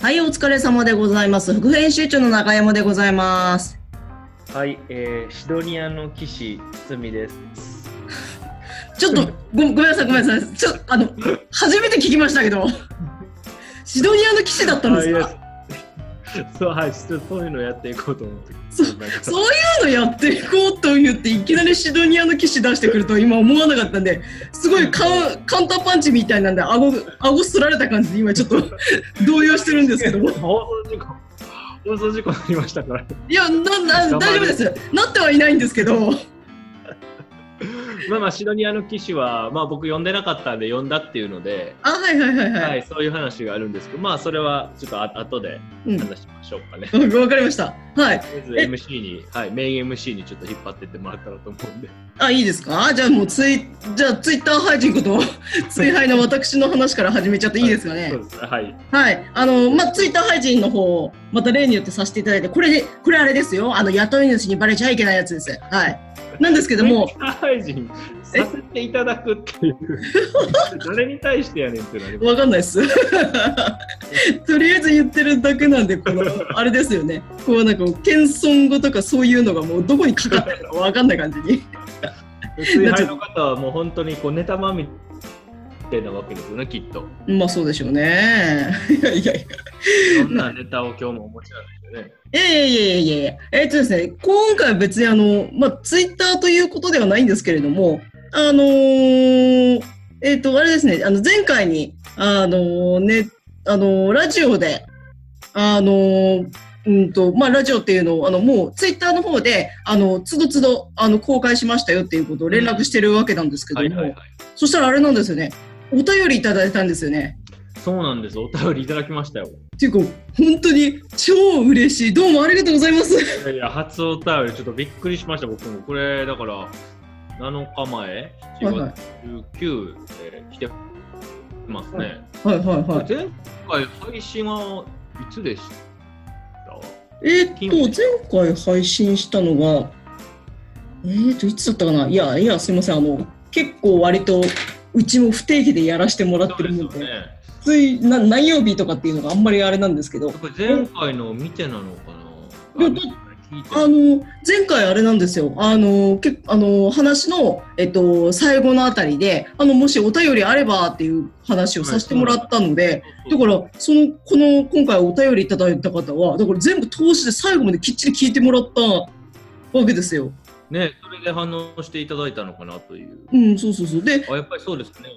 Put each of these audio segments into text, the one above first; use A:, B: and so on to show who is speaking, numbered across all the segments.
A: はい、お疲れ様でございます。副編集長の中山でございます。
B: はい、えー、シドニアの騎士、堤です。
A: ちょっとごごめんなさい、ごめんなさい。ちょあの初めて聞きましたけど、シドニアの騎士だったんです
B: あい
A: か。
B: やそう、はい、ちょっとそういうのやっていこうと思って。なん か
A: そういうのやっていこうと言っていきなりシドニアの騎士出してくると今思わなかったんで、すごいカウカウンターパンチみたいなんで顎顎すられた感じで今ちょっと 動揺してるんですけども。
B: 放送事故。放送事故になりましたから。
A: いやなな大丈夫です。なってはいないんですけど。
B: まあまあ、シドニアの騎士は、まあ、僕呼んでなかったんで、呼んだっていうので。
A: あはいはいはいはい。
B: はい、そういう話があるんですけど、まあ、それはちょっとあ後で
A: うん。
B: 話しましょうかね。
A: わかりました。はい。
B: とりあえず MC に、はい、メイン MC にちょっと引っ張ってってもらったらと思うんで。
A: あ、いいですかじゃあもうツイ、じゃあツイッター配信 こと、ツイハイの私の話から始めちゃっていいですかね
B: そ。うです。はい。
A: はい。あの、まあ、ツイッター配信の方、また例によってさせていただいて、これで、これあれですよ。あの、雇い主にバレちゃいけないやつです。はい。なんですけども、
B: 社会人させていただくっていう誰に対してやねんってなります
A: わかんない です。とりあえず言ってるだけなんで、この、あれですよね。こうなんか、謙遜語とかそういうのがもうどこにかかってるのかわかんない感じに。
B: 水杯の方はもう本当にこうネタまみてなわけですよねきっと
A: まあ、そうでしょうね。いやいやいや。
B: そんなネタを今日もお持ちなんですよね
A: いやいやいやいやいや、えっとですね、今回は別にあの、まあ、ツイッターということではないんですけれども、あのーえっ、と、あれですね、あの、前回に、あのーね、あのーラジオで、あのーうんと、まあ、ラジオっていうのを、あの、もう、ツイッターの方で、あの、つどつど、あの、公開しましたよっていうことを連絡してるわけなんですけど
B: は
A: も、
B: いはいはい
A: そしたらあれなんですよね、お便りいただいたんですよね。
B: そうなんですお便りいただきましたよ
A: っていうか、本当に超嬉しい。どうもありがとうございます。
B: いやいや初お便りちょっとびっくりしました僕もこれだから7日前
A: はいはい
B: 7月19で来てますね、
A: はいはいはい。
B: 前回配信はいつでした
A: えーっと、前回配信したのが、えーっと、いつだったかな、いや、いや、すみません、あの、結構割と、うちも不定期でやらせてもらっ
B: そ
A: て
B: うで
A: る
B: す
A: もん
B: よ
A: で、
B: ね
A: ついな、何曜日とかっていうのがあんまりあれなんですけど、
B: これ前回のを見てなのか
A: い
B: な
A: や
B: あ
A: だ
B: 聞いて
A: あの、前回あれなんですよ、あの、けあの話の、えっと、最後のあたりで、あの、もしお便りあればっていう話をさせてもらったので、だか
B: そう
A: ら、その、この、今回お便りいただいた方は、だから全部通して最後まできっちり聞いてもらったわけですよ。
B: そうねそれで反応していただいたのかなという
A: うん、そうそうそう。で、
B: あやっぱりそうですね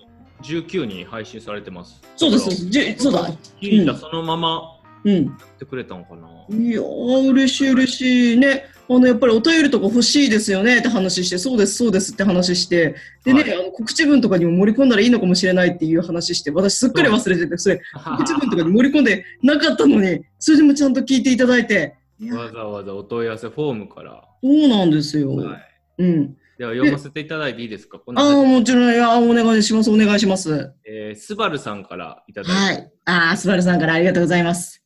B: 19人配信されてます
A: そうです、そうで
B: だか
A: す。じゅ
B: ら
A: そうだ。
B: 聞いたそのまま
A: うん。
B: やってくれたのかな、
A: いやー、嬉しい、嬉しい。ね。あの、やっぱりお便りとか欲しいですよねって話して、そうです、そうですって話して、でね、
B: はい
A: あの告知文とかにも盛り込んだらいいのかもしれないっていう話して、私すっかり忘れてて、それ、告知文とかに盛り込んでなかったのに、それでもちゃんと聞いていただいて。いや
B: わざわざお問い合わせフォームから、
A: そうなんですよ。
B: はい、
A: うん。
B: では読ませていただいていいですかこの
A: ああ、もちろん、いやー、お願いします、お願いします。
B: えー、スバルさんからいただいて、
A: はい。ああ、すばるさんからありがとうございます。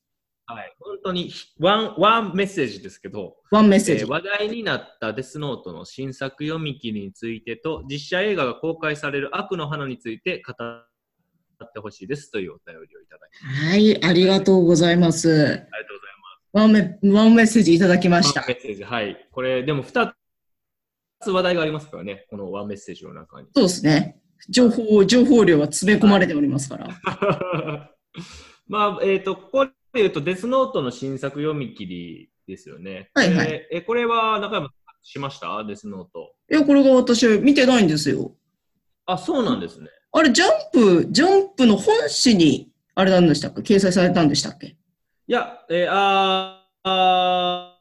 B: はい、本当にワンワンメッセージですけど、
A: ワンメッセージ。
B: えー話題になったデスノートの新作読み切りについてと実写映画が公開される悪の花について語ってほしいですというお便りをいただき
A: はい、ありがとうございます。
B: ありがとうござい
A: ワンメワンメッセージいただきま
B: ます
A: した。
B: ワンメッセージはいこれでも2つ話題がありますからねこのワンメッセージの中に
A: そうですね。情報、情報量は詰め込まれておりますから。
B: まあえっ、とここで言うとデスノートの新作読み切りですよね
A: はいはい
B: えーえこれは中山さんしましたデスノート
A: いや、これが私見てないんですよ。
B: あそうなんですね
A: あれ、ジャンプ、ジャンプの本誌に、あれなんでしたっけ掲載されたんでしたっけ
B: いや、えー、あー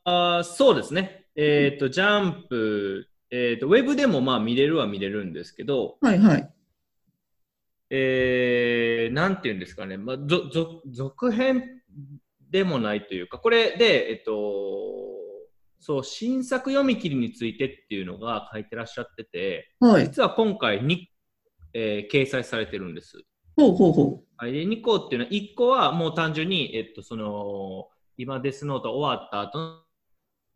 B: あーそうですね。えっ、と、ジャンプ、えっ、と、ウェブでもまあ見れるは見れるんですけど、
A: はいはい。
B: えー、なんていうんですかね、まあ、ぞぞ続編でもないというか、これで、えっ、と、そう、新作読み切りについてっていうのが書いてらっしゃってて、
A: はい。
B: 実は今回に、えー掲載されてるんです。
A: ほうほうほ
B: はい、で2個っていうのは1個はもう単純に、えっと、その今デスノート終わった後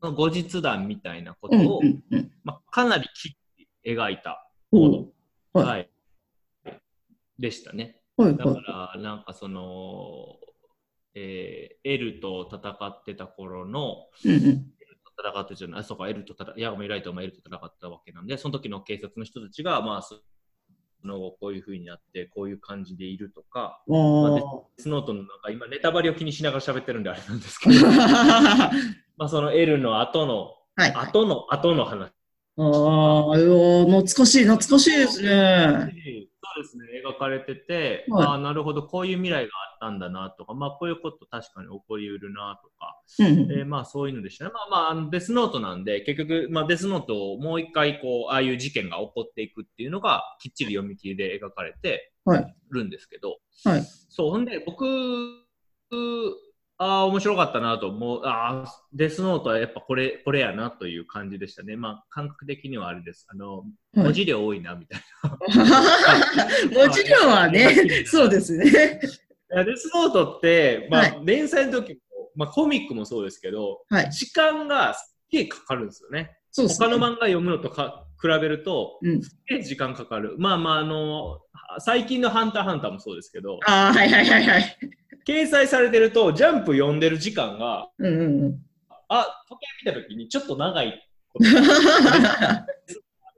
B: の後日談みたいなこ
A: う。う
B: と
A: ん
B: を、
A: うんうん。
B: まあ、かなりき描いた
A: ほ
B: も
A: う。
B: の、
A: は
B: はいでしたね
A: はい
B: だか
A: はい。
B: らなんかそのえーエルと戦ってた頃の、
A: うんうん
B: 戦ってたじゃない、あ、そうか、エルと戦、いや、もう偉いと、まあ、エルと戦ってたわけなんで、その時の警察の人たちが、まあ、その後こういう風になって、こういう感じでいると
A: あ
B: か、スノートンのなんか今、ネタバレを気にしながら喋ってるんであれなんです けど、
A: あ。
B: まあ、そのエルの後の、
A: はい。あ
B: 後の、後の話。
A: あ、うお懐かしい、懐かしいです
B: そう
A: ね。
B: ですね、描かれてて、
A: はい
B: ああ、なるほど、こういう未来があったんだなとか、まあ、こういうこと確かに起こりうるなとか、
A: うんうん
B: えーまあそういうのでしたね。まあまああの、デスノートなんで、結局、まあデスノートをもう一回、こう、ああいう事件が起こっていくっていうのが、きっちり読み切りで描かれて
A: はい
B: るんですけど、
A: はい
B: そう、ほんで、僕、ああ、面白かったなと思う、ああ、デスノートはやっぱこれ、これやなという感じでしたね。まあ、感覚的にはあれです。あの、文字量多いな、みたいな。
A: 文字量は ね、そうですね。
B: いやデスノートって、まあ、
A: はい
B: 連載の時も、まあ、コミックもそうですけど、
A: はい。
B: 時間がすっげえかかるんですよね。
A: そうですね。
B: 他の漫画読むのとか比べると、
A: うん
B: すげえ時間かかる。まあまあ、あの、最近のハンターハンターもそうですけど、
A: ああ、はいはいはいはい。
B: 掲載されてると、ジャンプ読んでる時間が、
A: うんうんうん。
B: あ、時計見た時にちょっと長いこと。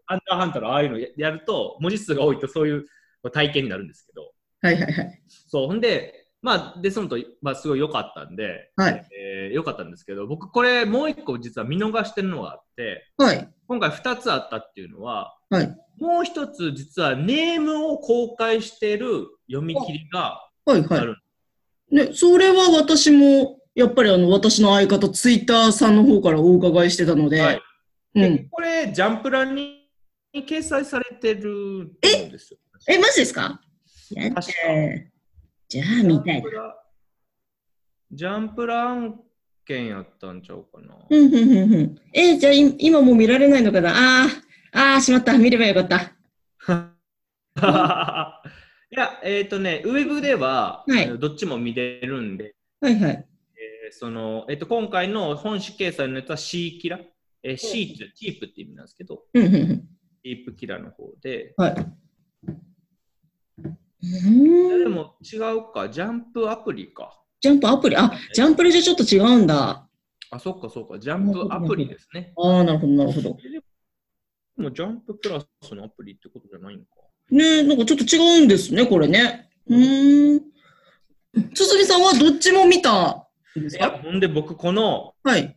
B: ハンターハンターのああいうのややると、文字数が多いとそういう体験になるんですけど、
A: はいはいはい。
B: そう、ほんで、まあ、デスノート、まあ、すごい良かったんで、
A: はい。
B: えー良かったんですけど、僕、これ、もう一個実は見逃してるのがあって、
A: はい。
B: 今回2つあったっていうのは、
A: はい
B: もう一つ実はネームを公開してる読み切りが
A: はい
B: あ
A: は
B: る、
A: い。ね、それは私も、やっぱりあの、私の相方、ツイッターさんの方からお伺いしてたので、
B: はい
A: うん。
B: これジャンプラに掲載されてると思うんですよ。
A: え、マジですかやった
B: 確か
A: ーじゃあ、見たいな
B: ジャンプ。ラジャンプラ案件やったんちゃうかな。
A: うんうんうんうん。え、じゃあ、い今もう見られないのかなああ、ああ、しまった。見ればよかった。
B: いや、えっ、とね、ウェブでは、
A: はい
B: あのどっちも見れるんで、
A: はいはい。
B: えーそのえっと今回の本誌掲載のやつはシーキラ、えー、シーってキープって意味なんですけど、
A: うんうんうん。
B: ディープキラーの方で、
A: はい。う
B: いや
A: ーん
B: でも違うか、ジャンプアプリか。
A: ジャンプアプリ、あ、ジャンプリじゃちょっと違うんだ。
B: あ、そっかそっか、ジャンプアプリですね。
A: ああ、なるほど、なるほど。
B: でもジャンププラスのアプリってことじゃないのか。
A: ねえ、なんかちょっと違うんですね、これね。うーん。つつぎさんはどっちも見たんです
B: いや
A: か
B: ほんで僕、この
A: はい。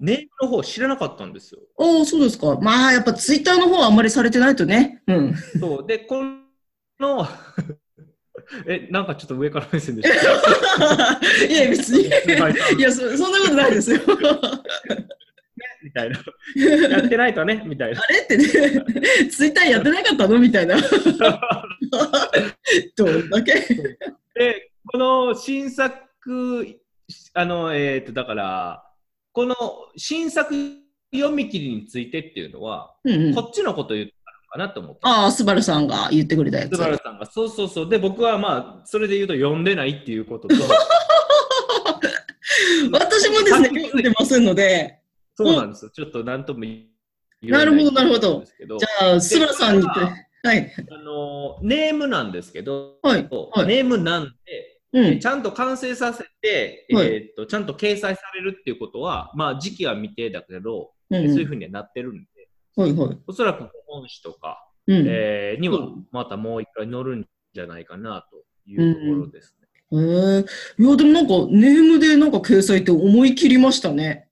B: ネームの方知らなかったんですよ。
A: ああ、そうですか。まあ、やっぱツイッターの方はあんまりされてないとね。うん。
B: そう、で、この、 え、なんかちょっと上から目線でし
A: いや、別に。
B: た。
A: いやそ、そんなことないですよ。
B: みたいな。やってないとね、みたいな。
A: あれってね、ツイッターやってなかったのみたい な。どんだけ
B: で、この新作、あの、えっ、と、だから、この新作読み切りについてっていうのは、
A: うんうん
B: こっちのこと言ったのかなと思った。
A: ああ、スバルさんが言ってくれたやつ。
B: 津原さんが、そうそうそう。で、僕はまあ、それで言うと読んでないっていうことと、
A: 私もですね、読んでませんので、
B: そうなんですよ。ちょっとなんとも言え
A: なるほどなるほど
B: んですけど
A: じゃあ、スバルさんに言って、はい、
B: あの、ネームなんですけど、
A: はい、はい
B: ネームなんで、
A: う
B: え
A: ん
B: ち、ゃんと完成させて、
A: はい
B: えーっとちゃんと掲載されるっていうことは、まあ、時期は未定だけど、
A: うん
B: そういう
A: う
B: ふうにはなってるんで、
A: ん、はい、はい、
B: おそらく本誌とか、
A: うん。へ
B: えーにはまたもう一回載るんじゃないかなというところですね。
A: え、いや、でもなんか、ネームでなんか掲載って思い切りましたね。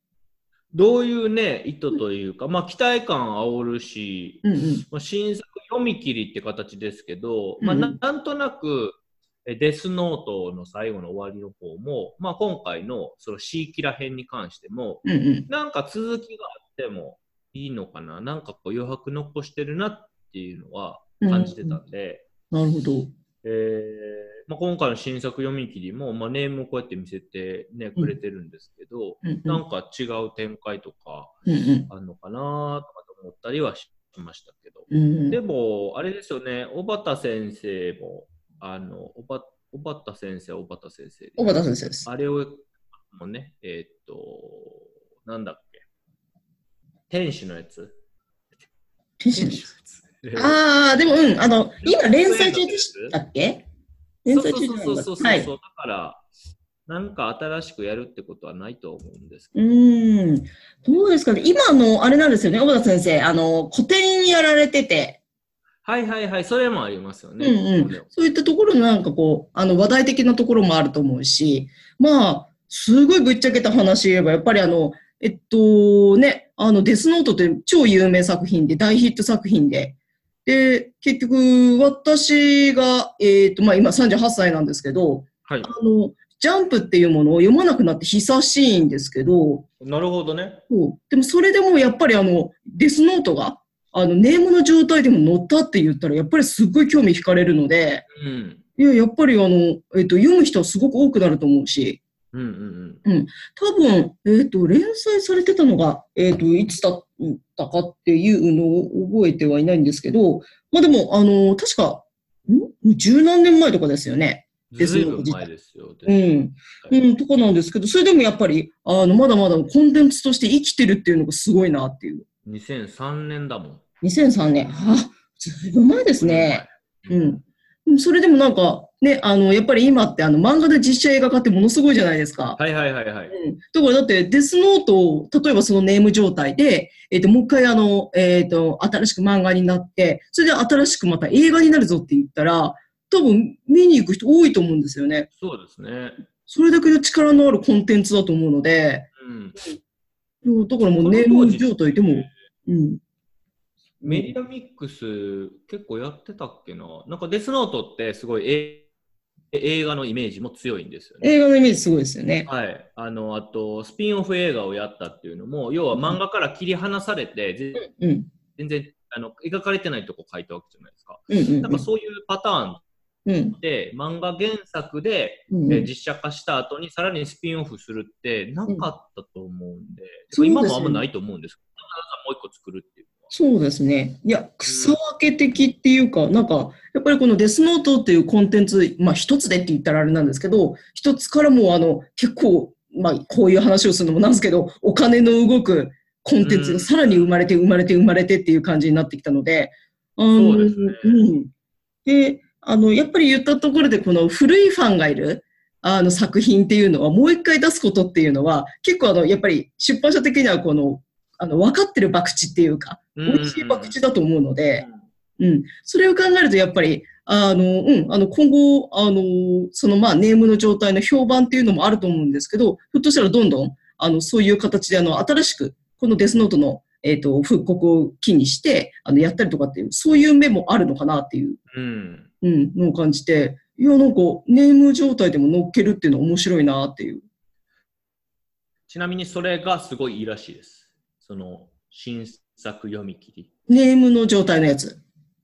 B: どういうね、意図というか、まあ、期待感煽るし、
A: うん、うん、
B: まあ、新作読み切りって形ですけど、
A: うん
B: まあ、ななんとなく、えデスノートの最後の終わりの方も、まあ、今回のそのシーキラ編に関しても、
A: うん、うん。
B: なんか続きがあってもいいのかな、なんかこう余白残してるなっていうのは感じてたんで、
A: なるほど。
B: えーまあ、今回の新作読み切りも、まあ、ネームをこうやって見せて、ね、くれてるんですけど、
A: うん、う
B: なん
A: ん、
B: か違う展開とか
A: うん、
B: あるのかなとかと思ったりはしましたけど、
A: うん。
B: でも、あれですよね、小畑先生も、あの小ば小畑先生は小畑先生で
A: 小畑先生です。
B: あれを、もね、えーっと、なんだっけ。天使のやつ。
A: 天使です。
B: のやつ。
A: ああ、でもうん、あの、今連載中でしたっけ連
B: そ
A: 載
B: う
A: 中
B: そう
A: じゃない
B: そう
A: の
B: そうそうそう。
A: はい。
B: だから、なんか新しくやるってことはないと思うんですけ
A: うーん。どうですかね。今あの、あれなんですよね、小田先生。あの、古典やられてて、
B: ど。はいはいはい、それもありますよね。
A: うんうん。そういったところのなんかこう、あの、話題的なところもあると思うし、まあ、すごいぶっちゃけた話言えば、やっぱりあの、えっと、ね、あの、デスノートって超有名作品で、大ヒット作品で、で、結局、私が、えっと、まあ今38歳なんですけど、
B: はい。
A: あの、ジャンプっていうものを読まなくなって久しいんですけど、
B: なるほどね。
A: そうでもそれでもやっぱりあの、デスノートが、あの、ネームの状態でも載ったって言ったら、やっぱりすごい興味惹かれるので、
B: うん。
A: いや、やっぱりあの、えっと、読む人はすごく多くなると思うし、
B: うんうん
A: 多分、えっと、連載されてたのが、えっと、いつだったかっていうのを覚えてはいないんですけど、まあでも、あの、確か、ん十何年前とかですよね。
B: うん。ずいぶん前ですよ。
A: うん。うん、とかなんですけど、それでもやっぱり、あの、まだまだコンテンツとして生きてるっていうのがすごいなっていう。
B: 2003年だもん。
A: 2003年。あ、ずいぶん前ですね。
B: う。
A: うんん。でもそれでもなんか、ね、あの、やっぱり今ってあの漫画で実写映画化ってものすごいじゃないですか。
B: はいはいはいはい。
A: うん。だからだって、デスノートを、例えばそのネーム状態で、えっ、と、もう一回あの、えっ、と、新しく漫画になって、それで新しくまた映画になるぞって言ったら、多分見に行く人多いと思うんですよね。
B: そうですね。
A: それだけの力のあるコンテンツだと思うので、
B: うん。
A: そうだからもうネーム状態でも、うん。
B: メディアミックス結構やってたっけな。なんかデスノートってすごいえ映画のイメージも強いんですよね。
A: 映画のイメージすごいですよね。
B: はい、あのあとスピンオフ映画をやったっていうのも要は漫画から切り離されてぜ
A: うん。
B: 全然あの描かれてないとこ書いたわけじゃないですか。
A: うんうん
B: なんかそういうパターン
A: うん。
B: で漫画原作で、
A: うんうん
B: えー実写化した後にさらにスピンオフするってなかったと思うんで、
A: そうですね
B: 今もあんまないと思うんですけど、わざわざもう一個作るっていうのは。
A: そうですね。いや、草分け的っていうか、なんか、やっぱりこのデスノートっていうコンテンツ、まあ一つでって言ったらあれなんですけど、一つからもうあの、結構、まあこういう話をするのもなんですけど、お金の動くコンテンツ
B: うん
A: がさらに生まれて生まれて生まれてっていう感じになってきたので、あ
B: そ
A: の
B: うですね
A: うん。で、あの、やっぱり言ったところで、この古いファンがいる、あの作品っていうのは、もう一回出すことっていうのは、結構あの、やっぱり出版社的にはこの、あの、分かってる博打っていうか、美味しい博打だと思うので、うん。それを考えると、やっぱり、あの、うん、あの、今後、あの、その、まあ、ネームの状態の評判っていうのもあると思うんですけど、ひょっとしたらどんどん、あの、そういう形で、あの、新しく、このデスノートの、えっ、と、復刻を機にして、あの、やったりとかっていう、そういう面もあるのかなっていう、
B: うん
A: うん、のを感じて、いや、なんか、ネーム状態でも乗っけるっていうのは面白いなっていう。
B: ちなみにそれがすごいいいらしいです。その新作読み切り
A: ネームの状態のやつ。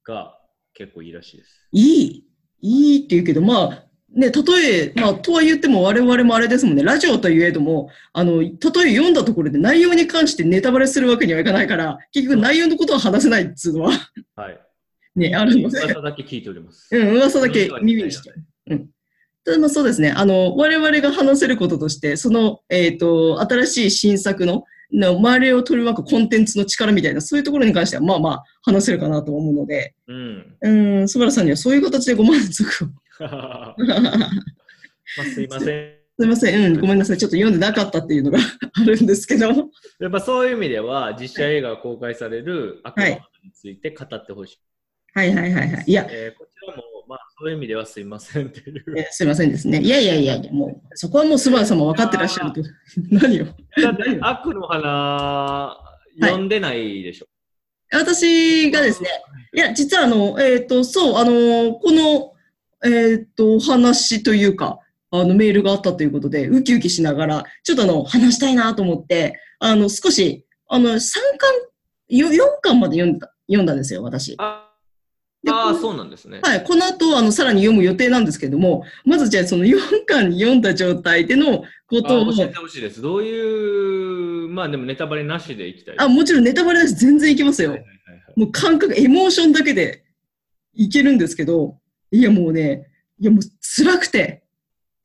B: が結構いいらしいです。
A: いい、いいって言うけど、まあ、ね、たとえ、まあ、とは言っても我々もあれですもんね、ラジオといえども、あの、たとえ読んだところで内容に関してネタバレするわけにはいかないから、結局内容のことは話せないっつうのは、
B: はい。
A: ね、あるので、
B: 噂だけ聞いております。
A: うん、噂だけ耳にして。うん。ただまあそうですね、あの、我々が話せることとして、その、えっ、と、新しい新作の、の周りを取り巻くコンテンツの力みたいな、そういうところに関しては、まあまあ、話せるかなと思うので、
B: うん。
A: う ん、素晴らさんにはそういう形でご満足を。
B: ますあ、すいません。
A: いません、うん、ごめんなさい、ちょっと読んでなかったっていうのが あるんですけど、
B: やっぱそういう意味では実写映画が公開される悪魔について語ってほしい。
A: はいはいはいはい、いや、
B: えーこちらもまあそういう意味ではすいませんっていう。
A: えすいませんですね、いやいやいやいや、もう、そこはもう、すばらさんも分かってらっしゃると、 何を。
B: だって悪の花読んでないでしょ。
A: 私がですね、いや、実はあの、えっ、と、そう、あの、この、えっ、と、お話というか、あの、メールがあったということで、ウキウキしながら、ちょっとあの、話したいなと思って、あの、少し、あの、3巻、よ4巻まで読んだ、読んだんですよ、私。
B: あ
A: で
B: あー、そうなんですね。
A: はい、この後、あの、さらに読む予定なんですけれども、まずじゃあその4巻読んだ状態でのこ
B: あ
A: とを、
B: 教えてほしいです。どういう、まあでもネタバレなしでいきたいです。
A: あ、もちろんネタバレだし全然いきますよ
B: はい。はいはい
A: もう感覚、エモーションだけでいけるんですけど、いやもうね、いやもう辛くて、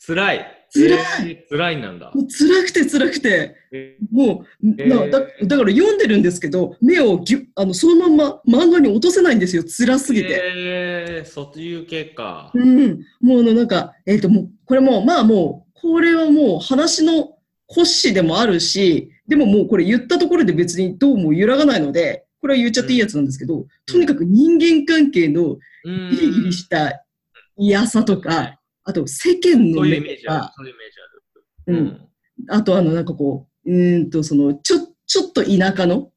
B: 辛い。
A: 辛い
B: えー辛いなんだ
A: も。う辛くて辛くて、
B: え
A: もう、
B: えー
A: なだだから読んでるんですけど、目をぎゅあのそのまんま漫画に落とせないんですよ、辛すぎて。
B: えー、そういう系か。
A: うん、もうあのなんか、えっ、ともう、これもう、まあもう、これはもう話の骨子でもあるし、でももうこれ言ったところで別にどうも揺らがないので、これは言っちゃっていいやつなんですけど、とにかく人間関係の
B: うん
A: ギリギリした嫌さとか、あと世間の
B: そういう
A: 目と
B: イメージある
A: か。、
B: そういうイメージあ
A: う
B: る。
A: ん、あとあのなんかこう、うーんとそのちょ、ちょっと田舎の、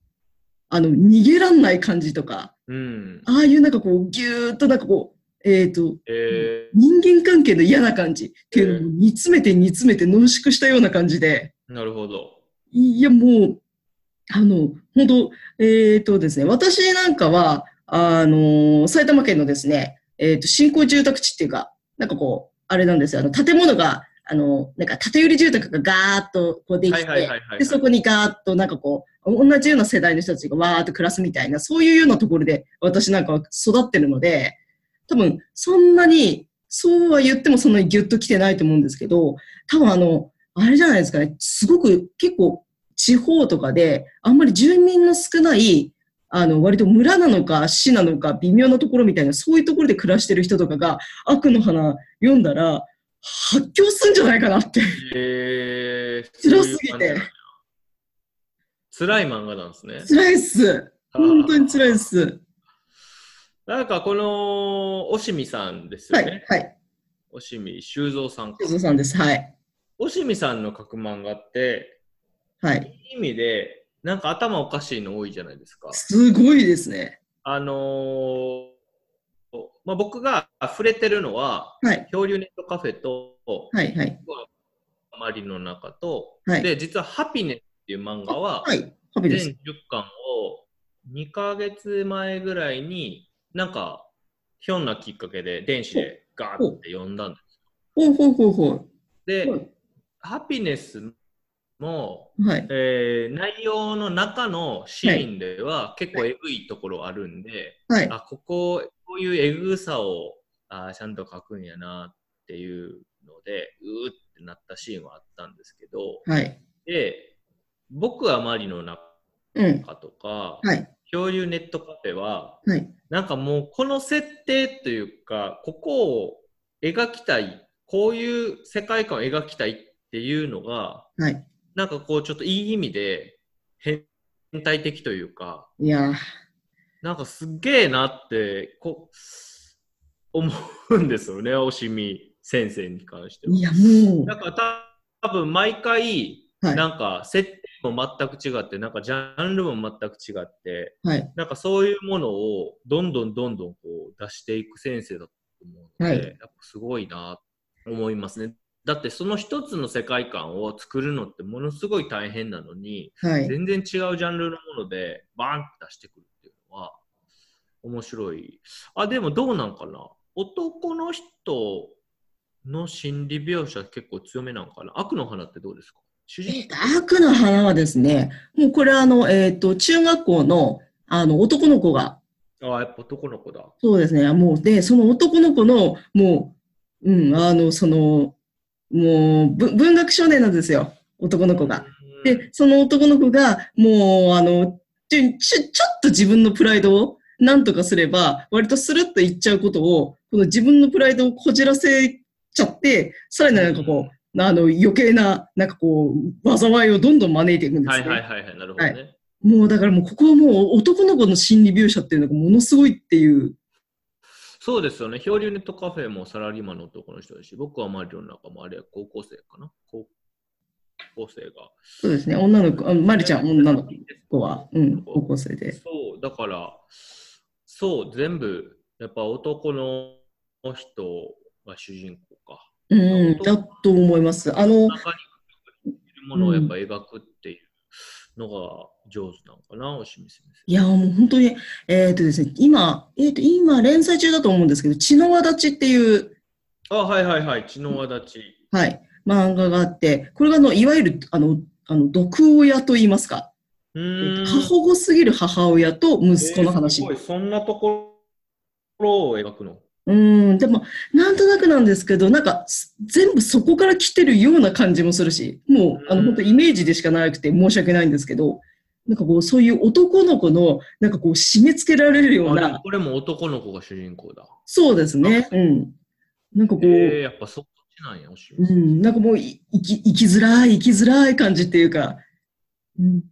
A: あの逃げらんない感じとか、
B: うん。
A: ああいうなんかこう、ぎゅーっとなんかこう、えっ、と、
B: え
A: 人間関係の嫌な感じっていうのを煮詰めて煮詰めて濃縮したような感じで、
B: ー、なるほど。
A: いやもう、あの、本当えっ、とですね、私なんかは、あの、埼玉県のですね、えっ、と、新興住宅地っていうか、なんかこう、あれなんですよ、あの、建物が、あの、なんか建て売り住宅がガーッとこうでき
B: は
A: て、
B: いはいはいはいはい。
A: で、そこにガーッとなんかこう、同じような世代の人たちがわーっと暮らすみたいな、そういうようなところで私なんかは育ってるので、多分そんなに、そうは言ってもそんなにギュッと来てないと思うんですけど、多分あの、あれじゃないですかね、すごく結構地方とかで、あんまり住民の少ない、あの、割と村なのか市なのか微妙なところみたいな、そういうところで暮らしてる人とかが、悪の花読んだら、発狂すんじゃないかなって。
B: えー、
A: 辛すぎて
B: そういう感じなんだ。辛い漫画なんですね。
A: 辛いっす。本当に辛いっす。
B: なんかこの、おしみさんです
A: は
B: よ
A: い
B: ね。、
A: はい。
B: おしみ修造さんか
A: 修。造さんです。はい。
B: おしみさんの書く漫画って、
A: はい。
B: いい意味で、なんか頭おかしいの多いじゃないですか。
A: すごいですね。
B: あのーまあ、僕が触れてるのは、
A: はい。
B: 恐竜ネットカフェと、
A: はい、はい。
B: あまりの中と、
A: はい
B: で、実はハピネスっていう漫画は、
A: はい。ハピ
B: 全
A: で
B: 10
A: す。
B: 巻を2ヶ月前ぐらいに、なんか、ひょんなきっかけで電子でガーって読んだん
A: ほうほうほうほ
B: です。
A: う。
B: で、ハピネスも、
A: はい。
B: えー内容の中のシーンでは結構えぐいところあるんで、
A: はい。
B: あこここういうえぐさをあーちゃんと書くんやなっていうのでうーってなったシーンはあったんですけど
A: はい。
B: で僕はマリの中
A: うん。
B: とか、
A: はい。
B: 恐竜ネットカフェは
A: はい。
B: なんかもうこの設定というかここを描きたいこういう世界観を描きたいっていうのが
A: はい。
B: なんかこうちょっといい意味で変態的というか
A: いやー
B: なんかすっげえなってこ思うんですよね、おしみ先生に関しては。
A: いや、もう
B: な。んかた多分毎回、
A: はい
B: なんか設定も全く違って、なんかジャンルも全く違って、
A: はい。
B: なんかそういうものをどんどんどんどんこう出していく先生だと思うので、
A: はい
B: やっぱすごいなと思いますね。だってその一つの世界観を作るのってものすごい大変なのに、
A: はい。
B: 全然違うジャンルのものでバーンって出してくるっていうのは面白いあでもどうなんかな男の人の心理描写結構強めなんかな悪の花ってどうですか主
A: え
B: 人
A: っと悪の花はですね、もうこれあの、えっと、中学校の、あの、男の子が、
B: 公あやっぱ男の子だ
A: そうですね、もう、で、その男の子の、もう、うん、あの、その、もう、ぶ文学少年なんですよ、男の子が。
B: うん
A: で、その男の子が、もう、あの、ちょ、ちょちょっと自分のプライドを、なんとかすれば、割とスルッと言っちゃうことを、この自分のプライドをこじらせちゃって、さらになんかこう、あの、余計な、なんかこう、災いをどんどん招いていくんです
B: は
A: ね。
B: いはいはいはいなるほどね、
A: もう、だからもう、ここはもう、男の子の心理描写っていうのがものすごいっていう。
B: そうですよね漂流ネットカフェもサラリーマンの男の人だし僕はマリオの中もあれは高校生かな高校生が
A: そうですね、女の子、あマリちゃん、女の子は、うん、高校生で。
B: そう、だから、そう、全部、やっぱ男の人が主人公か。
A: うん、だと思います。あの、
B: 中にいるものをやっぱ描くっていうのが上手なのかな、おしみ先生。
A: いや、もう本当に、えっ、とですね、今、えっ、と、今、連載中だと思うんですけど、血の輪立ちっていう、
B: あ、はいはいはい、血の輪立ち。
A: はい、漫画があって、これが、あの、いわゆる、あの、あの、毒親と言いますか、
B: う
A: 過
B: ーん。
A: 保護すぎる母親と息子の話。
B: えーすごい、そんなところを描くの。
A: うん、でも、なんとなくなんですけど、なんか、す全部そこから来てるような感じもするし、もう、あの、
B: うん
A: 本当イメージでしかなくて申し訳ないんですけど、なんかこう、そういう男の子の、なんかこう、締め付けられるよう
B: あでも
A: な、
B: これも男の子が主人公だ。
A: そうですね、うん。なんかこう、
B: えー、やっぱそっなんや、おしお
A: うん、なんかもうい生き生きづらい生きづらい感じっていうか、うん、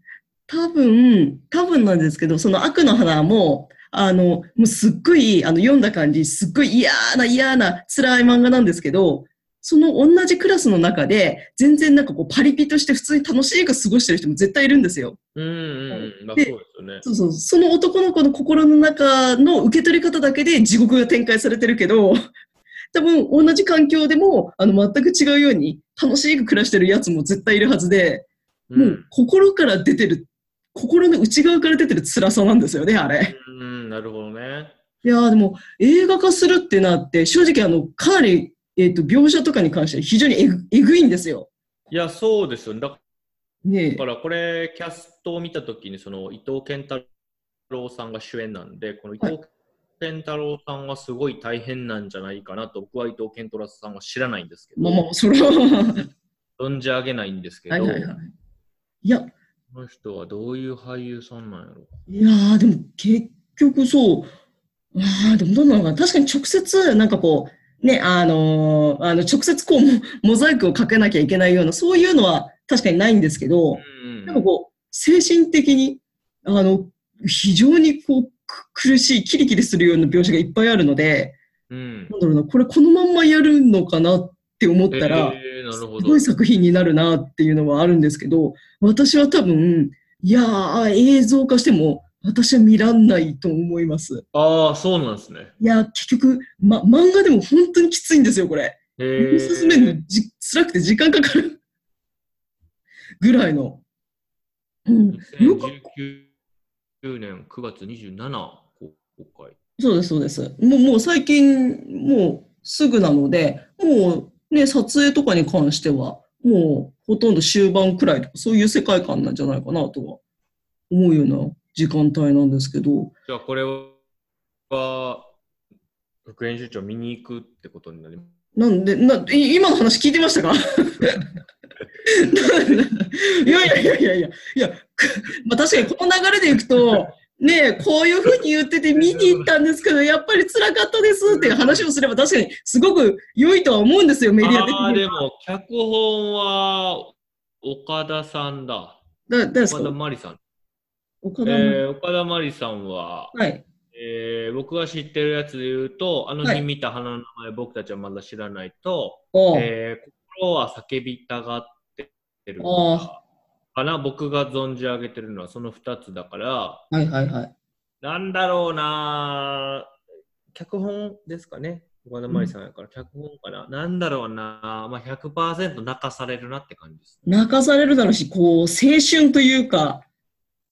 A: 多分多分なんですけどその悪の花もあのもうすっごいあの読んだ感じすっごい嫌な嫌な辛い漫画なんですけどその同じクラスの中で全然なんかこうパリピとして普通に楽しいが過ごしてる人も絶対いるんですよ。
B: うんうんうん。まあ、そう
A: で
B: で
A: す
B: よね。
A: そうそうその男の子の心の中の受け取り方だけで地獄が展開されてるけど 多分同じ環境でもあの全く違うように楽しく暮らしてるやつも絶対いるはずで、
B: うん
A: もう心から出てる心の内側から出てる辛さなんですよねあれ。
B: うん、なるほどね。
A: いやーでも映画化するってなって正直あのかなり、えー、と描写とかに関しては非常にえぐえぐいんですよ。
B: いや、そうですよね。だか
A: ねえ
B: だからこれキャストを見た時にその伊藤健太郎さんが主演なんでこの伊藤健太郎さんはすごい大変なんじゃないかなと僕は伊藤健太郎さんは知らないんですけど
A: まあまあそれはは
B: 存じ上げないんですけど、
A: い はいはい。いや
B: この人はどういう俳優さんなんやろ
A: いやー、でも結局そう、ああ、でもどうなのかな、確かに直接、なんかこう、ね、あのーあの直接こう、モモザイクをかけなきゃいけないような、そういうのは確かにないんですけど、
B: うん
A: なんかこう、精神的に、あの、非常にこう、く苦しい、キリキリするような描写がいっぱいあるので、
B: うん
A: なんだろうな、これこのまんまやるのかなって思っ
B: え
A: たら、
B: ーなるほ
A: す
B: ど
A: ごい作品になるなっていうのはあるんですけど、私は多分、いやー、映像化しても、私は見らんないと思います。
B: ああそうなんですね
A: いやー、結局、ま、漫画でも本当にきついんですよ、これ。
B: へ
A: おすすめる
B: ー
A: のじ辛くて時間かかるぐらいの。うん、よく、
B: 2019年9月27公開
A: そうです、そうです。もう、もう最近、もうすぐなので、もうね、撮影とかに関しては、もうほとんど終盤くらいとか、そういう世界観なんじゃないかなとは思うような時間帯なんですけど、
B: じゃあこれは副編集長見に行くってことになります。
A: なんで、な、い今の話聞いてましたか いやいやいやいやいや、いや、くまあ確かにこの流れでいくと、ねえ、こういうふうに言ってて見に行ったんですけど、やっぱり辛かったですっていう話をすれば確かにすごく良いとは思うんですよ、メディア的
B: ああー
A: に。
B: でも脚本は岡田さんだ。
A: だ誰です
B: 岡
A: か
B: 田真理さん。
A: 岡
B: え
A: 田真理
B: ー岡田真理さんは、
A: はい。
B: えー僕が知ってるやつで言うと、あの
A: は
B: 日
A: い
B: 見た花の名前、僕たちはまだ知らないと、
A: おう
B: えー心は叫びたがってる
A: あ
B: かな、僕が存じ上げてるのはその2つだから、
A: はいはいはい。
B: なんだろうな脚本ですかね。岡田真理さんやから、脚本かな。なんだろうなまあ100%泣かされるなって感じです。
A: 泣かされるだろうし、こう、青春というか、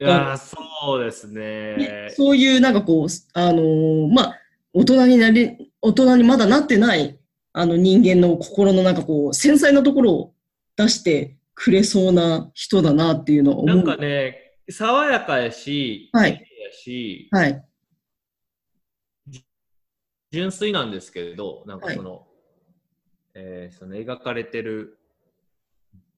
B: いやーそうですね
A: ね。そういうなんかこう、あのーまあ、大人になり、大人にまだなってない、あの人間の心のなんかこう、繊細なところを出してくれそうな人だなっていうのは
B: な
A: 思
B: ん
A: う。
B: かね、爽やかやし、
A: はい
B: 綺麗やし、
A: はい。
B: 純粋なんですけれど、なんかその、えーその描かれてる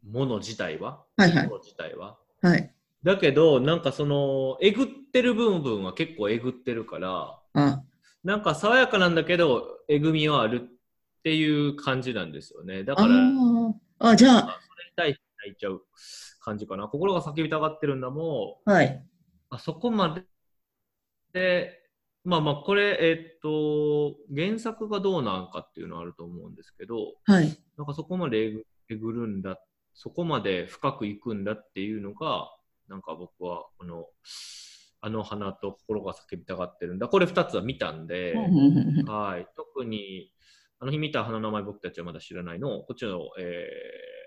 B: もの自体は、
A: はいは
B: も
A: い。
B: の自体は。
A: はい。
B: だけど、なんかその、えぐってる部分は結構えぐってるから、
A: あ、
B: なんか爽やかなんだけど、えぐみはあるっていう感じなんですよね。だ
A: あ
B: から、
A: ーあ、じゃあ、
B: 痛い泣いちゃう感じかな。心が叫びたがってるんだも
A: はい。
B: あそこまで、で、まあまあ、これ、えっと、原作がどうなんかっていうのはあると思うんですけど、
A: はい。
B: なんかそこまでえぐえぐるんだ、そこまで深くいくんだっていうのが、なんか僕は、この、あの花と心が叫びたがってるんだ。これ2つは見たんで、
A: うんうんうんうん
B: はい、特に、あの日見た花の名前僕たちはまだ知らないの、こっちの、え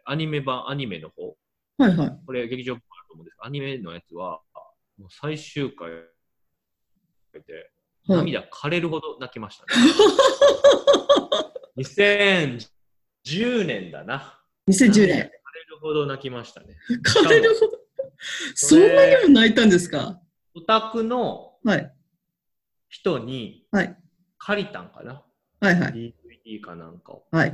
B: ーアニメ版、アニメの方、
A: はいはい。
B: これ劇場版あると思うんですけど、アニメのやつは、もう最終回で、
A: はい、
B: 涙枯れるほど泣きました ね。2010年だな。
A: 2010年
B: 涙枯。れるほど泣きましたね。
A: 枯れるほど。そんなにも泣いたんですか
B: オタクの
A: はい。
B: 人に
A: はい
B: 借りたんかな、
A: はいはい。
B: ?DVD かなんかを。
A: はい。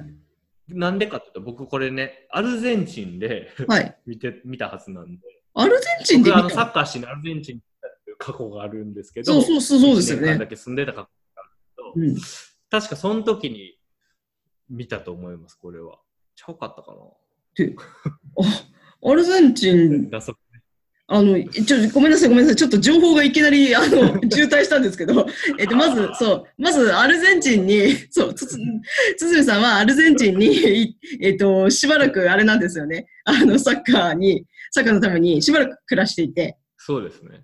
B: なんでかって言うと、僕これね、アルゼンチンで
A: はい。
B: 見て見たはずなんで、
A: アルゼンチンで
B: 僕あ
A: 見
B: のサ
A: た。
B: ッカーしてアルゼンチンに行ったっていう過去があるんですけど、
A: そうそうそうそうですよ
B: 一年間
A: ね
B: だ。け住んでた過去があるんですけど、
A: うん。
B: 確かその時に見たと思います、これは。ちゃうかったかな
A: あ アルゼンチン、
B: だそ
A: あの、ちょ、ごめんなさい、ごめんなさい。ちょっと情報がいきなり、あの、渋滞したんですけど、えっと、まず、そう、まず、アルゼンチンに、そう、つつ、つづるさんはアルゼンチンに、いえっと、しばらく、あれなんですよね。あの、サッカーに、サッカーのために、しばらく暮らしていて、
B: そうですね。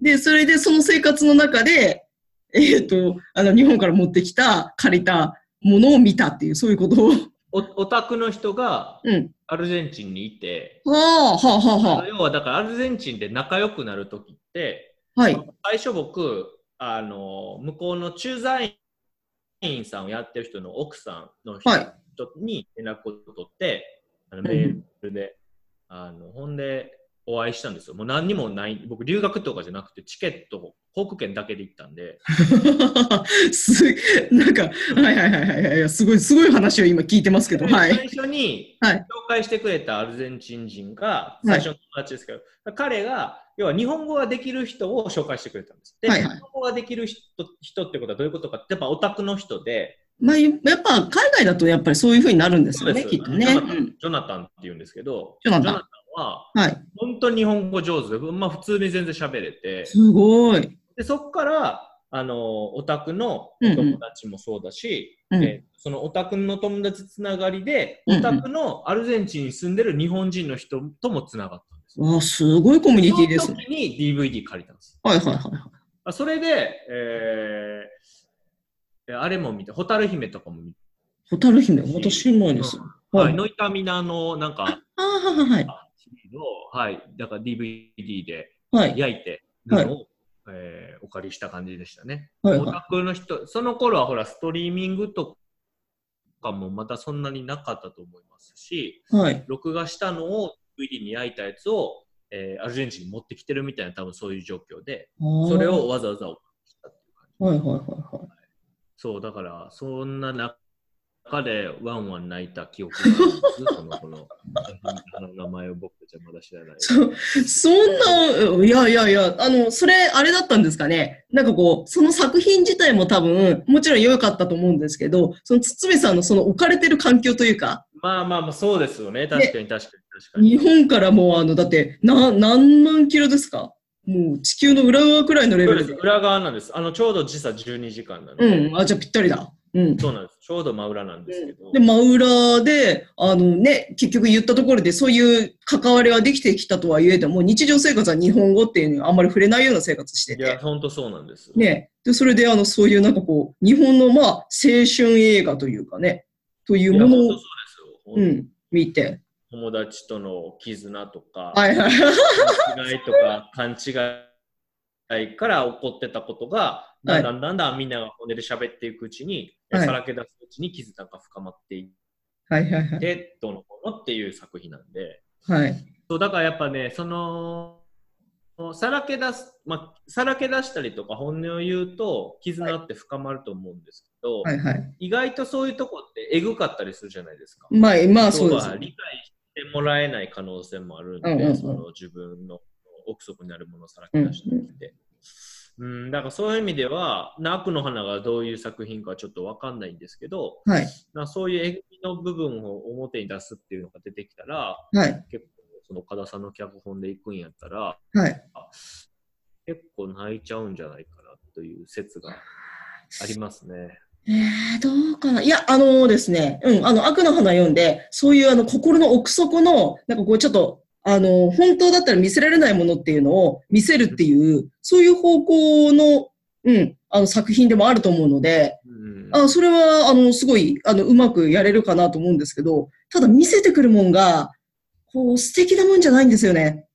A: で、それで、その生活の中で、えっと、あの、日本から持ってきた、借りたものを見たっていう、そういうことを。
B: おオタクの人が
A: うん。
B: アルゼンチンにいて、
A: はあ、はあ、はあ、は
B: 要はだからアルゼンチンで仲良くなるときって、
A: あ。はい。
B: 最初僕、あの、向こうの駐在員さんをやってる人の奥さんの人
A: はい
B: に連絡を取って、あの
A: うん
B: メールで、あの、ほんで、お会いしたんですよ。もう何にもない、僕留学とかじゃなくて、チケット、航空券だけで行ったんで、
A: す、なんか、はいはいはいはいはい、すごい、すごい話を今聞いてますけど、はい。
B: 最初に
A: はい
B: 紹介してくれたアルゼンチン人が、最初の友達ですけど、彼が、要は日本語ができる人を紹介してくれたんです。で、
A: はいはい
B: 日本語ができる人人ってことはどういうことかって、やっぱオタクの人で、
A: まあ、やっぱ海外だとやっぱりそういうふうになるんですよね、
B: そう
A: き
B: で
A: っ
B: す
A: とね。
B: ジョナ
A: う
B: タン
A: ん
B: ジョナタンっていうんですけど、
A: ジョナタン
B: は、
A: はい。
B: 本当に日本語上手で、まあ普通に全然喋れて、
A: すごい。
B: で、そこから、あの、オタクのお友達もそうだし、
A: うん
B: えーそのオタクの友達つながりで、
A: うんう
B: オ
A: ん
B: タクのアルゼンチンに住んでる日本人の人ともつながったんですよ。
A: わあ、すごいコミュニティで
B: そ
A: す
B: の
A: ね。
B: 時に DVD 借りたんです。
A: はいはいはいはい。
B: あそれで、えーあれも見て、蛍姫とかも見て、
A: 蛍姫、私うまいです。
B: は、
A: はいい。
B: ノイタミナのなんか、
A: ああ、はいはい。
B: シリーズを、はい、だから DVD で
A: はい。
B: 焼いてるのを、えーお借りした感じでしたね。
A: はい
B: オ
A: は
B: タクの人、その頃はほら、ストリーミングとかもまたそんなになかったと思いますし、
A: い。はい。
B: 録画したのを DVD に焼いたやつを、えーアルゼンチンに持ってきてるみたいな、多分そういう状況で、そ
A: そ
B: れ。をわざわざ送ってきたっていう感じ。
A: はいはいはいはい。
B: そう、だから、そんな中でワンワン泣いた記憶があるん です。そのこの、あの名前を僕たちはまだ知らない。
A: そそんな、いやいやいや、あの、それ、あれだったんですかね。なんかこう、その作品自体も多分、もちろん良かったと思うんですけど、その堤さんのその置かれてる環境というか、
B: まあまあまあ、そうですよね。確かに確かに確かに。
A: 日本からもう、あの、だって、な、何万キロですかもう地球の裏側くらいのレ
B: そう
A: ベル
B: です。
A: で。
B: 裏側なんです。あの、ちょうど時差12時間なので。
A: うん、あ、じゃあぴったりだ。うん。
B: そうなんです。ちょうど真裏なんですけど。
A: で、真裏で、あのね、結局言ったところで、そういう関わりはできてきたとはいえども、日常生活は日本語っていうのにあんまり触れないような生活して
B: いや、
A: て。
B: ほんとそうなんです。
A: ね。で、それで、あの、そういうなんかこう、日本のまあ、青春映画というかね、とい
B: いうや、
A: も
B: ほんと
A: の
B: そう
A: を
B: で、
A: う
B: すよ。
A: ん、見て。
B: 友達との絆とか、
A: はいはい。
B: 違いとか、勘違いから起こってたことが、だんだんだんだんみんなが本音で喋っていくうちに、
A: はい
B: さらけ出すうちに絆が深まってい
A: はいはいはい。
B: って、どうのこうのっていう作品なんで。
A: はい。
B: そうだからやっぱねそのさらけ出す、まあ、さらけ出したりとか本音を言うと絆って深まると思うんですけど、
A: はいはい。
B: 意外とそういうとこってえぐかったりするじゃないですか。
A: まあ、まあ、そうで
B: 要は
A: す。
B: 理解してもらえない可能性もあるんで、
A: うんうんうん
B: その自分の奥底になるものをさらけ出してきて。うん、だからそういう意味では、ナークの花がどういう作品かはちょっとわかんないんですけど、
A: はい。
B: なそういうえぐみの部分を表に出すっていうのが出てきたら、
A: はい。
B: 結構その岡田さんの脚本で行くんやったら
A: はい。
B: 結構泣いちゃうんじゃないかなという説がありますね。
A: えー、どうかな。いや、あのですね、うん、あの、悪の花読んで、そういうあの、心の奥底の、なんかこう、ちょっと、あの、本当だったら見せられないものっていうのを見せるっていう、そういう方向の、うん、あの、作品でもあると思うので、
B: うん、
A: あそれは、あの、すごい、あの、うまくやれるかなと思うんですけど、ただ見せてくるもんが、こう、素敵なもんじゃないんですよね。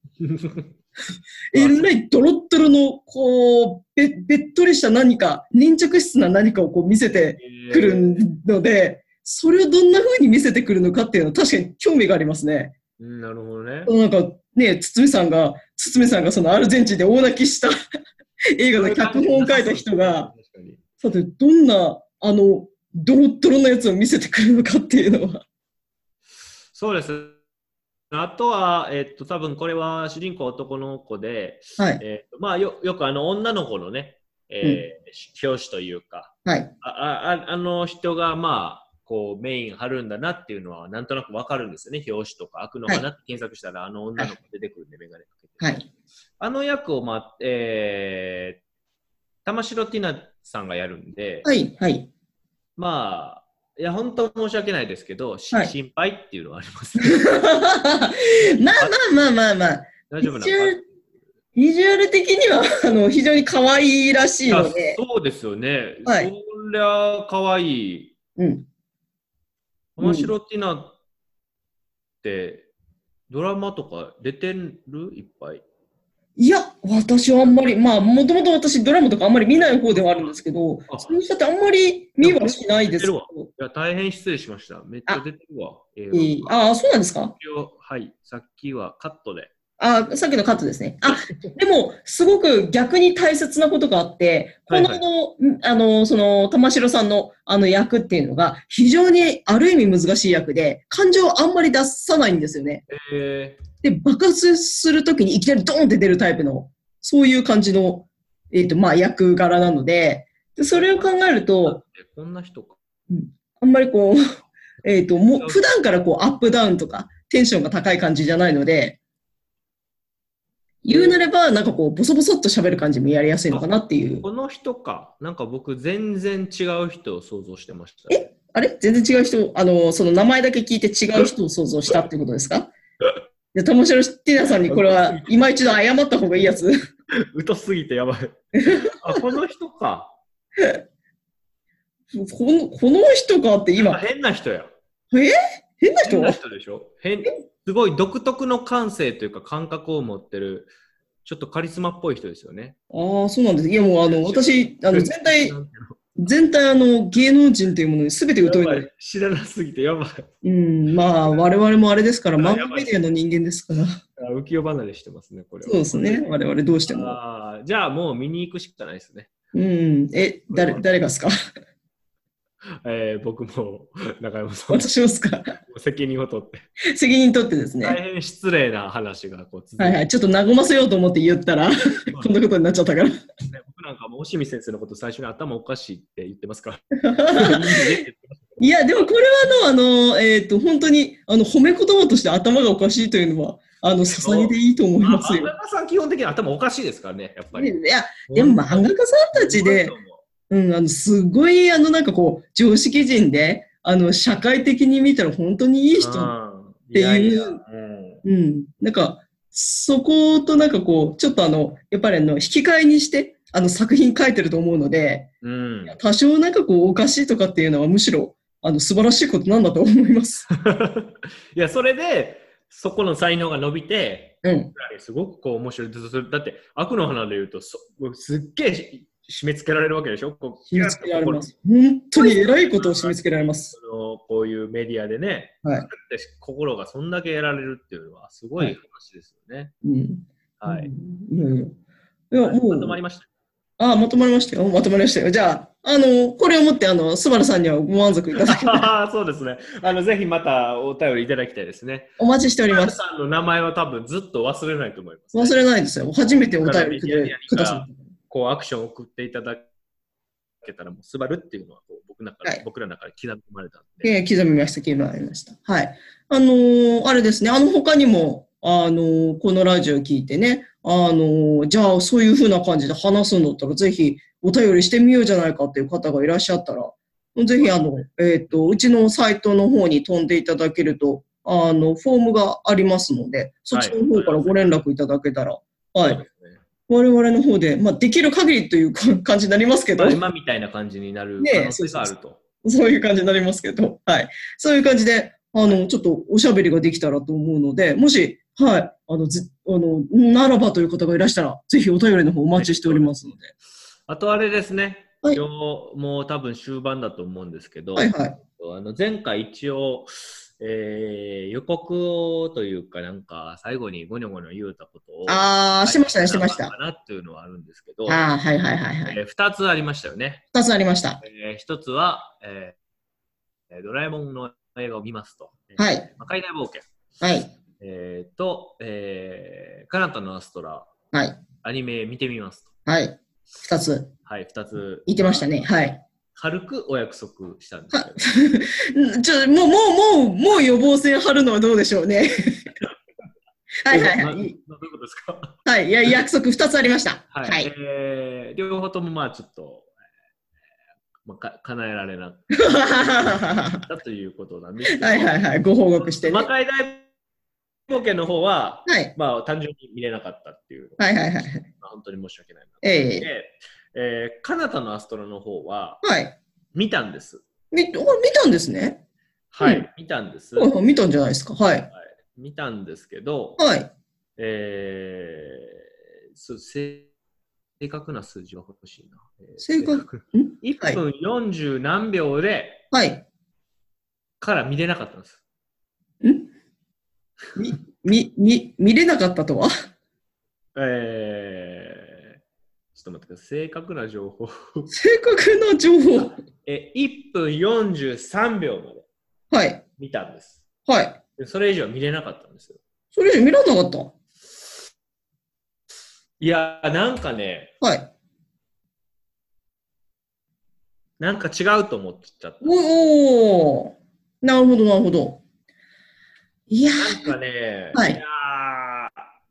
A: えらいドロッドロの、こう、べ、べっとりした何か、粘着質な何かをこう見せて、くるので、それをどんな風に見せてくるのかっていうのは確かに興味がありますね。
B: うんなるほどね
A: こ。のなんかね、堤さんが、堤さんがそのアルゼンチンで大泣きした 映画の脚本を書いた人が、
B: 確かに。
A: さて、どんな、あの、ドロッドロのやつを見せてくるのかっていうのは。
B: そうです。あとは、えっと、多分これは主人公男の子で、
A: はい。
B: えっとまあ、よよくあの女の子のね、えー表紙というか、
A: はい。
B: ああああの人がまあこうメイン張るんだなっていうのはなんとなくわかるんですよね表紙とか「悪の花」って検索したらあの女の子出てくるんで、メガネかけて、
A: はい。
B: あの役を、まあえー、玉城ティナさんがやるんで、
A: はい。はい。
B: まあいや本当申し訳ないですけど、し
A: はい
B: 心配っていうのはあり ます、ね、
A: まあまあまあまあまあ。
B: 大
A: ビ
B: 丈夫な
A: ジュア
B: の
A: ルビジュアル的には あの非常に可愛いらしい
B: か
A: の
B: いや
A: で、
B: そうですよね、
A: はい
B: そりゃ可愛い
A: うん、
B: 玉城ティナって、ドラマとか出てるいっぱい
A: いや、私はあんまり、まあ、もともと私、ドラマとかあんまり見ない方ではあるんですけど、
B: あ
A: その人ってあんまり見はしないですけど、
B: いや大変失礼しましためっちゃ出てるわ映画
A: いいああ、そうなんですか
B: 一応はいさっきはカットで
A: あさっきのカットですね。あ、でも、すごく逆に大切なことがあって、
B: は
A: こ
B: い
A: の、
B: はい
A: んあの、その、玉城さんの、あの、役っていうのが、非常にある意味難しい役で、感情をあんまり出さないんですよね。
B: えー
A: で、爆発するときにいきなりドーンって出るタイプの、そういう感じの、えっ、と、まあ、役柄なので、でそれを考えると、
B: こんな人か
A: あんまりこう、 えっ、と、もう、普段からこう、アップダウンとか、テンションが高い感じじゃないので、言うなれば、なんかこう、ボソボソっと喋る感じもやりやすいのかなっていう。
B: この人かなんか僕全然違う人を想像してました
A: えあれ全然違う人、あの、その名前だけ聞いて違う人を想像したってことです かで、ともしろティナさんにこれは、今一度謝った方がいいやつ。
B: 疎すぎてや ばいあこの人か
A: この、この人かって
B: あ
A: 今、
B: 変な人や
A: 変な
B: 変
A: 人
B: な人でしょ変すごい独特の感性というか感覚を持ってるちょっとカリスマっぽい人ですよね
A: ああ、そうなんです。いや、もう、あの、私、あの、全体、
B: なんて
A: 全体、あの、芸能人というものに全て
B: いうの
A: 疎い
B: やば
A: の
B: い
A: で。
B: 知らなすぎてやばい
A: うん、まあ、我々もあれですから、
B: あやば
A: 漫
B: い
A: 画メディアの人間ですから。
B: あ浮世離れしてますねこれは
A: そうですね。我々どうしても。
B: あーじゃあもう見に行くしかないですね。
A: うん。え、誰、誰がですか
B: えー僕も 中山さんも
A: 私もですか
B: 責任を取って。
A: 責任取ってですね。
B: 大変失礼な話がこう続いて、
A: はいはい。ちょっと和ませようと思って言ったら、こんなことになっちゃったから。
B: 僕なんかもう押見先生のこと最初に頭おかしいって言ってま すから。
A: いや、でもこれはあの、あの、えっ、と、本当に、あの、褒め言葉として頭がおかしいというのは、あの、捧げていいと思います
B: 中
A: よ。
B: 山さん基本的に頭おかしいですからね、やっぱ
A: ね
B: り。
A: いや、でも漫画家さんたちで、うん、あの、すごい、あの、なんかこう、常識人で、あの、社会的に見たら本当にいい人
B: うん
A: ていう
B: ややうん
A: うん。なんか、そことなんかこう、ちょっとあの、やっぱりあの、引き換えにして、あの、作品書いてると思うので、
B: うん、
A: 多少なんかこう、おかしいとかっていうのはむしろ、あの、素晴らしいことなんだと思います。
B: いや、それで、そこの才能が伸びて、
A: うん。
B: すごくこう面白い。ずずだって、悪の花で言うと、そすっげえし締め付けられるわけでしょこう
A: 締め付けられます。本当に偉いことを締め付けられます。
B: そのこういうメディアでね、
A: はい
B: だって心がそんだけやられるっていうのは、すごい話ですよね。
A: うん。
B: はい。
A: うん。いやいや。いや、も
B: まとまり
A: う、
B: ました。
A: ああ、まとまりましたよ。まとまりましたよ。じゃあ、あの、これをもって、あの、スバルさんにはご満足いただけ
B: あ ーそうですね。あの、ぜひまたお便りいただきたいですね。
A: お待ちしており
B: マ
A: ま
B: ル
A: す。
B: さんの名前は多分ずっと忘れないと思います、
A: 忘れないですよ。初めてお便りくれくださった。
B: こうアクションを送っていただけたら、もう、スバルっていうのはこう僕の中で、
A: はい
B: 僕らの中で刻まれたんで。
A: えー刻みました、刻みました。はい。あのーあれですね、あの、他にも、あのーこのラジオ聞いてね、あのーじゃあ、そういう風な感じで話すんだったら、ぜひ、お便りしてみようじゃないかっていう方がいらっしゃったら、ぜひ、あの、えっ、と、うちのサイトの方に飛んでいただけると、あの、フォームがありますので、そっちの方からご連絡いただけたら、は
B: そう
A: い。
B: ですね
A: 我々の方で、まあ、できる限りというか感じになりますけど
B: まあ、今みたいな感じになる可能性があると。
A: そういう感じになりますけど、はい。そういう感じで、あの、ちょっとおしゃべりができたらと思うので、もし、はい、あの、ずあの、ならばという方がいらしたら、ぜひお便りの方お待ちしておりますので。
B: あとあれですね、
A: はい
B: 今日もう多分終盤だと思うんですけど、
A: はいはい。
B: あの前回一応、えー予告をというか、なんか最後にごにょごにょ言うたことを、
A: あー、してましたね、してまし
B: か
A: た。
B: なっていうのはあるんですけど、
A: あー、はいはいはいはい。
B: えー、2つありましたよね。
A: 二つありました。
B: え1つは、えーえードラえもんの映画を見ますと、
A: はい、
B: 魔界大冒険、
A: はい、
B: えーと、えー、彼方のアストラ、
A: はい、
B: アニメ見てみますと。
A: はい。二つ、
B: はい、2つ。
A: 言ってましたね。はい。
B: 軽くお約束したんですよ。
A: うんちょ、もう、もう、もう、もう予防線張るのはどうでしょう ね。 はいはいは
B: どうい
A: い。
B: うことです か
A: はい、いや、約束二つありました。
B: はい、
A: はい。
B: えー両方ともまあちょっと、えーまあ、か叶えられな か
A: は
B: ったということなんですけ
A: い
B: ど、
A: はいはい。ご報告してね。
B: 魔
A: はい。
B: 界大冒険の方は、
A: はい
B: まあ、単純に見れなかったっていうのが、
A: はいはいはい。
B: まあ本当に申し訳ないなと
A: ええ
B: で、えー、カナタのアストラの方は
A: はい。
B: 見たんです。
A: み、お見たんですね。
B: はい、
A: うん
B: 見たんです。
A: はいはい見たんじゃないですか。はい。
B: 見たんですけど、
A: はい。
B: えー、そう正正確な数字は欲しいな。えー
A: 正確んは
B: 1
A: い
B: 分40何秒で
A: はい。
B: から見れなかったんです。
A: み、み、み、見れなかったとは
B: えー、ちょっと待ってください。正確な情報。
A: 正確な情報。
B: えー、1分43秒まで
A: はい。
B: 見たんです。
A: はい。
B: でそれ以上見れなかったんですよ。
A: それ以上見られなかっ
B: いやー、なんかね、
A: た。はい。
B: なんか違うと思っちゃった。
A: おおーなるほど、なるほど。いや
B: なん
A: ー
B: かね、
A: はい
B: いやー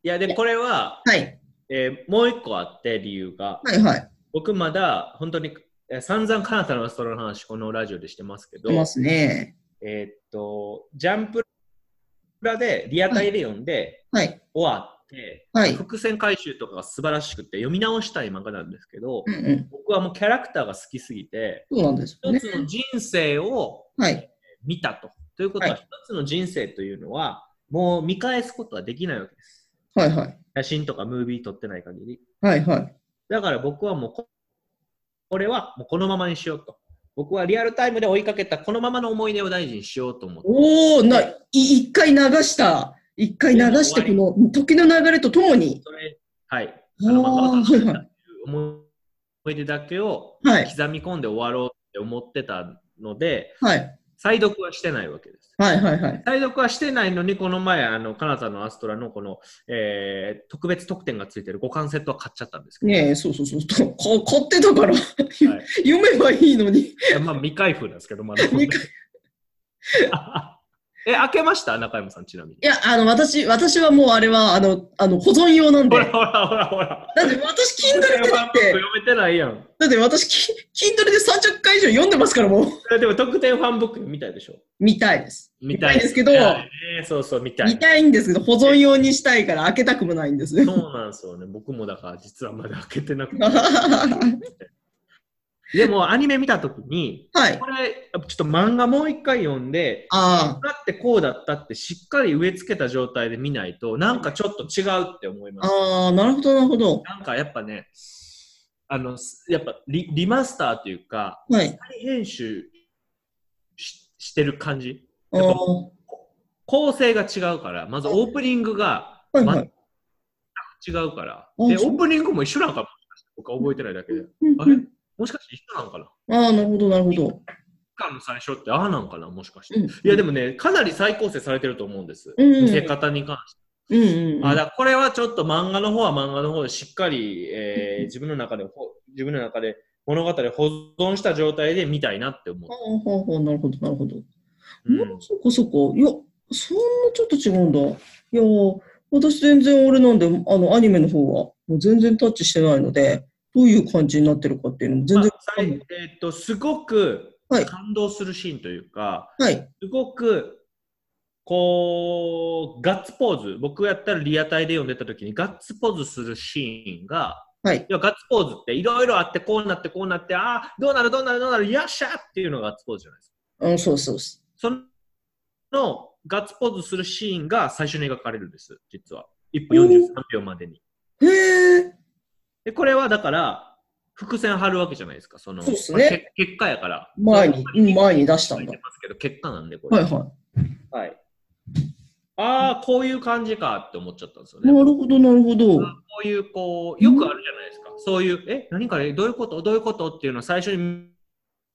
B: いやで、これは、
A: はい。
B: えーもう一個あって、理由が。
A: はいはい。僕
B: 僕まだ本当に、えー散々カナダのアストラの話このラジオでしてますけど
A: 出、ますね。
B: えーっとジャンプラでリアタイで読んで、
A: はい。
B: 終わって、
A: はい。
B: 伏線回収とかが素晴らしくて読み直したい漫画なんですけど、
A: うんうん。
B: 僕はもうキャラクターが好きすぎて
A: そうなんですよ
B: 一
A: ね。
B: つの人生を
A: はい。
B: 見たと。ということは
A: は
B: 一つの人生というのはもう見返すことはできないわけです。
A: はいはい。
B: 写真とかムービー撮ってない限り。
A: はいはい。
B: だから僕はもうこ、これはもうこのままにしようと。僕はリアルタイムで追いかけたこのままの思い出を大事にしようと思って。
A: おおな、い一回流した。一回流して、この時の流れとともに。
B: それ、はい。
A: あー
B: あのまあ
A: はいはい
B: 思い出だけを
A: はい。
B: 刻み込んで終わろうって思ってたので、
A: はい。
B: 再読はしてないわけです。
A: はいはいはい。
B: 再読はしてないのに、この前、あの、カナダのアストラのこの、えー特別特典がついてる五感セットは買っちゃったんですけど、
A: ねえ、そうそうそう。とか買ってたから、
B: はい
A: 読めばいいのに。
B: いやまあ未開封なんですけど、まだ。
A: 未開
B: え、開けました中山さん、ちなみに。
A: いや、あの、私、私はもうあれは、あの、あの保存用なんで。
B: ほ
A: だ
B: らほらほらほら。
A: って私、Kindle でだって
B: 読、めてないやん。
A: だって私、キ Kindle で30回以上読んでますから、もう。
B: でも特典ファンブックみたいでしょ。
A: 見たいです。
B: 見
A: たいですけど
B: 見たいねそうそう、見たい。
A: 見たいんですけど、保存用にしたいから開けたくもないんです よ。
B: そうなんですよね。僕もだから実はまだ開けてなく
A: は
B: て。でもアニメ見たときに、
A: い。
B: これ、ちょっと漫画もう一回読んで、
A: ああ、
B: だってこうだったってしっかり植え付けた状態で見ないと、なんかちょっと違うって思います。
A: ああ、なるほど、なるほど。
B: なんかやっぱね、あの、やっぱリリマスターというか、
A: はい。
B: 再編集ししてる感じ。
A: あー
B: 構成が違うから、まずオープニングが
A: はいは
B: 全く
A: い。
B: 違うから、
A: あ
B: で、オ
A: そう
B: ープニングも一緒なんかも、僕は覚えてないだけで、
A: うん
B: あ
A: う
B: れ
A: ん
B: もしかして一緒なんかな一
A: ああ、なるほど、なるほど。
B: 巻の最初ってああなんかなもしかして。
A: うん
B: いや、でもね、かなり再構成されてると思うんです。
A: うん
B: 見せ方に関して。
A: うんうんうん。
B: あだからこれはちょっと漫画の方は漫画の方でしっかり、えー自分の中でほ、自分の中で物語を保存した状態で見たいなって思う
A: あ。ーほうほうなるほど、なるほど。
B: うん
A: そっかそっか。いや、そんなちょっと違うんだ。いやー、私全然俺なんで、あの、アニメの方は、もう全然タッチしてないので、どういう感じになってるかっていうのも全
B: まあ
A: 然。
B: さいえーっと、すごく
A: はい
B: 感動するシーンというか、
A: はい。
B: すごく、こう、ガッツポーズ、僕やったらリアタイで読んでた時にガッツポーズするシーンが、
A: はい。
B: 要はガッツポーズっていろいろあって、こうなって、こうなって、ああ、どうなる、どうなる、どうなる、よっしゃっていうのがガッツポーズじゃないですか。
A: うん、そうそうです。
B: そののガッツポーズするシーンが最初に描かれるんです、実は。1分43秒までに。
A: へえ。
B: で、これはだから、伏線張るわけじゃないですか、その、
A: そうっすね
B: これけ結果やから。
A: 前に、うん前に出した
B: 書
A: ん
B: い
A: だ
B: て。ますけど、結果なんで、こ
A: は
B: れ。
A: いは
B: はい。ああ、こういう感じかって思っちゃったんですよ
A: い。な
B: ね。
A: るほど、なるほど。
B: こういう、こう、よくあるじゃないですか。そういう、え、何か、どういうことどういうことっていうのを最初に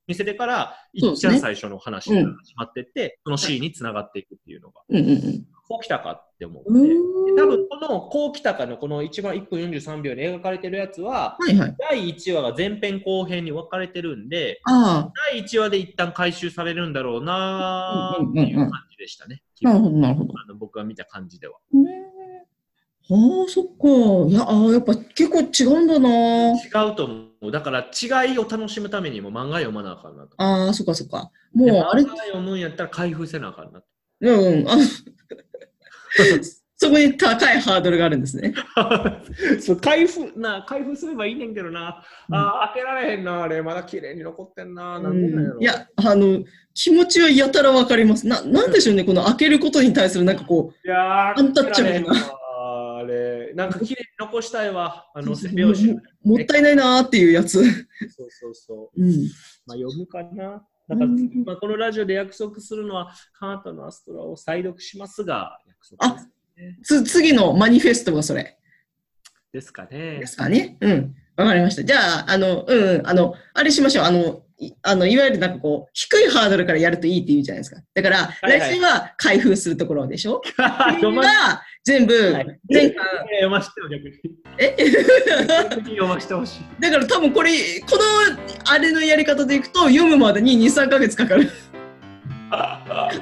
B: 見せてから、
A: そう
B: いっ
A: で
B: ち
A: す
B: ゃ
A: ね
B: ん最初の話が始まってって、その C に繋がっていくっていうのが、
A: うんうん
B: こう来たかって思
A: う
B: っ
A: ん。
B: て。
A: うーん
B: 多分この「こう来たか」のこの一番1分43秒に描かれてるやつは
A: はいはい。
B: 第1話が前編後編に分かれてるんで
A: あ
B: 第1話で一旦回収されるんだろうなーっていう感じでしたね、
A: あ、なるほど、なるほど。
B: あの僕が見た感じでは。
A: うーんああ、そっか。いや、ああ、やっぱ結構違うんだな。
B: 違うと思う。だから違いを楽しむためにも漫画読まなあかんなと。
A: ああ、そっかそっか。
B: で
A: もう、あれ
B: 漫、画読むんやったら開封せなあかんなと。
A: うんうん。あそこに高いハードルがあるんですね。
B: そう開封 な開封すればいいねんけどな。
A: うん
B: あー開けられへんな。あれまだ綺麗に残ってんな。な
A: うん
B: でなんやろ
A: ん、いや、あの、気持ちはやたらわかります。な、なんでしょうね、この開けることに対するなんかこ
B: いやー
A: アンタッチャブルな
B: 開けられへんわあれなんか綺麗に残したいわ。あの
A: そうそう
B: 背拍子。
A: う、もったいないなーっていうやつ。
B: そうそうそう。
A: うん。
B: まあ、読むかな。だから、
A: うん
B: まあ、このラジオで約束するのは、カナタのアストラを再読しますが、約束
A: あ
B: です
A: つ、次のマニフェストがそれ。
B: ですかね
A: で。すかね。うん。わかりました。じゃあ、あの、うん、うんあの、あれしましょう。あの、いあのいわゆるなんかこう、低いハードルからやるといいって言うじゃないですか。だから、
B: いはい
A: 来週は開封するところでしょ
B: 読
A: 今
B: ませ
A: は全部、
B: はい
A: 前
B: て
A: 回、
B: 読ませてよ、逆に。
A: え
B: 逆に読ませてほしい。
A: だから多分これ、このあれのやり方でいくと、読むまでに2、3ヶ月か かる。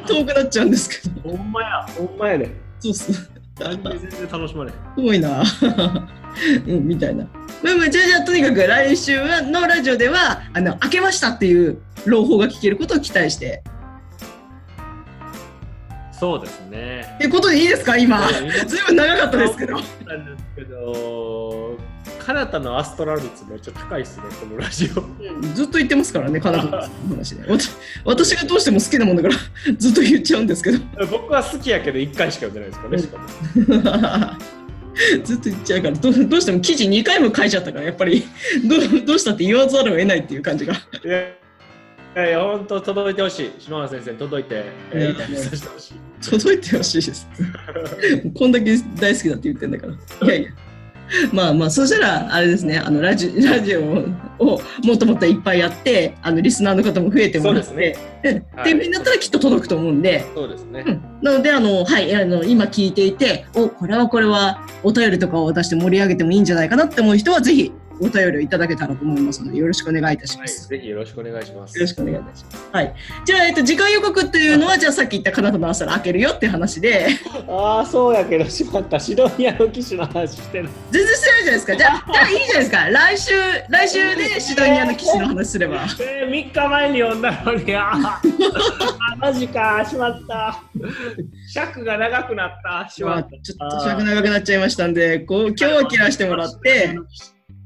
A: 遠くなっちゃうんですけど。
B: ほんまや、ほんまやで。
A: そうっす。
B: なんで全然楽しまれへん。
A: すごいな。 うん、みたいな。まあまあ、じゃあ、じゃあ、とにかく来週はのラジオでは、あの、明けましたっていう朗報が聞けることを期待して。
B: そうですね。
A: ってことでいいですか、今。ずいぶん長かったですけど。
B: 思ったんですけど、カナタのアストラ率めっちゃ高いっすね、このラジオ。
A: ずっと言ってますからね、カナダの話で。わた私がどうしても好きなもんだから、 ずっと言っちゃうんですけど。
B: 僕は好きやけど、1回しか読んでないですからね、しかも。
A: ずっと言っちゃうからどう、どうしても記事2回も書いちゃったから、やっぱりどう、どうしたって言わざるを得ないっていう感じが。
B: いやいやいや、本当届いてほしい。篠原先生に届いて、え
A: いや
B: ーインタビューさせてほしい。
A: 届いてほしいです。こんだけ大好きだって言ってんだから。いやいや。まあまあ、そしたら、あれですね、あのラジラジオをもっともっといっぱいやって、あのリスナーの方も増えてもらって、
B: そうで
A: うんっていうふうになったらきっと届くと思うんで、
B: そうですね
A: う。んなのであの、はい、あの今聞いていて、おこれはこれはお便りとかを出して盛り上げてもいいんじゃないかなって思う人は、ぜひお便りをいただけたらと思いますので、よろしくお願いいたし
B: は
A: ま
B: い、
A: す。
B: ぜひよろしくお願いします。
A: よろしくお願いいたします。はい。じゃあ、えっと、次回予告っていうのは、じゃあさっき言ったカナダの朝ら開けるよって話で、
B: ああ、そうやけど、しまった。シドニアの機種の話してる。
A: 全然してないじゃないですか。じ ゃあ、じゃあいいじゃないですか。来週、来週でシドニアの騎士の話すれば。
B: えー、3日前に読んだのに、あーあマジか、しまった。尺が長くなった、し
A: ま
B: ま
A: あ
B: っ
A: ち
B: た。
A: ょっと尺長くなっちゃいましたんで、こう今日は切らしてもらって、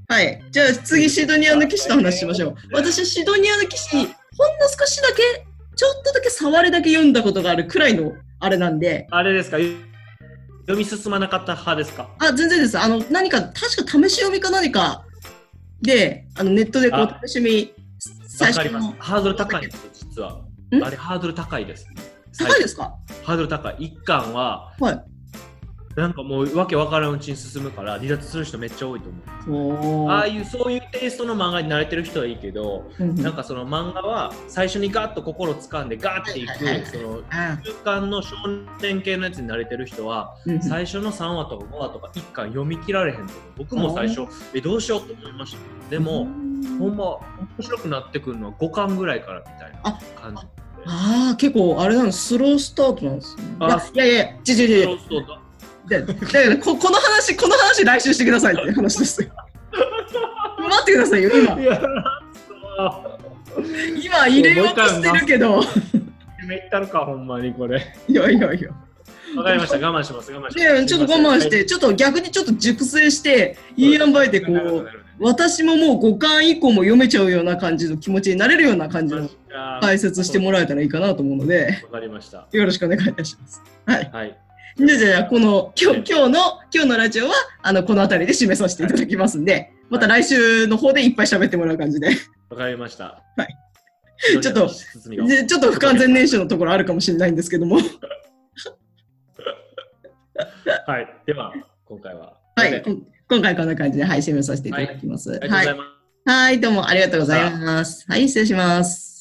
A: はい。じゃあ次、シドニアの騎士の話しましょう。私、シドニアの騎士、ほんの少しだけ、ちょっとだけ触れだけ読んだことがあるくらいのあれなんで、
B: あれですか、読み進まなかった派ですか
A: あ、全然です。あの、何か、確か試し読みか何かで、あのネットでこ
B: あ
A: う、試しみ、
B: わ
A: 最
B: か
A: 初
B: ります
A: の。。
B: ハードル高いんですよ、実は。あれ、ハードル高いです。
A: 高いですか
B: ハードル高い。一巻は、
A: はい。
B: なんかもう、わけわからんうちに進むから、離脱する人めっちゃ多いと思う。
A: お
B: ああいう、そういうテイストの漫画に慣れてる人はいいけど、
A: な
B: なんかその漫画は、最初にガッと心を掴んで、ガッてい
A: はいはいはい
B: く、その、
A: あ
B: 中間の少年系のやつに慣れてる人は、
A: うん
B: 最初の3話とか5話とか1巻読み切られへんと思う僕も最初、え、どうしようと思いました。でも、ほんま、面白くなってくるのは5巻ぐらいからみたいな感じ。
A: ああ、結構あれなんですスロースタートなんですね。
B: あ
A: いやいやいや、ちょちょち
B: そ
A: ょ
B: うそうそう
A: だだからこ この話、この話来週してくださいっていう話ですよ。待ってくださいよ、今。
B: いやそう
A: 今入れようとしてるけど。
B: めったるか、ほんまにこれ。
A: いやいやいや。
B: わかりました、我慢します、我慢します。
A: で、ちょっと我慢して、ちょっと逆にちょっと熟成して、いい塩梅でこ
B: なるほど
A: う、
B: なるほ
A: 私ももう5巻以降も読めちゃうような感じの気持ちになれるような感じ
B: ど
A: の
B: あー
A: 解説してもらえたらいいかなと思うので、
B: わかりました。
A: よろしくお願いいたします。はい。
B: はい。
A: じゃあじゃあこの今日今日の今日のラジオはあのこの辺りで締めさせていただきますんで、また来週の方でいっぱい喋ってもらう感じで、
B: わかりました。
A: はい
B: 非常に
A: ちょっと
B: 包みが
A: でちょっと不完全燃焼のところあるかもしれないんですけ ども、
B: はい。では、今回は。
A: は
B: あ
A: い、こん今回こんな感じではい締めさせていただきます。
B: りがとうご
A: は
B: ざ
A: い、
B: います。
A: はい、どうもありがとうございます。はい、失礼します。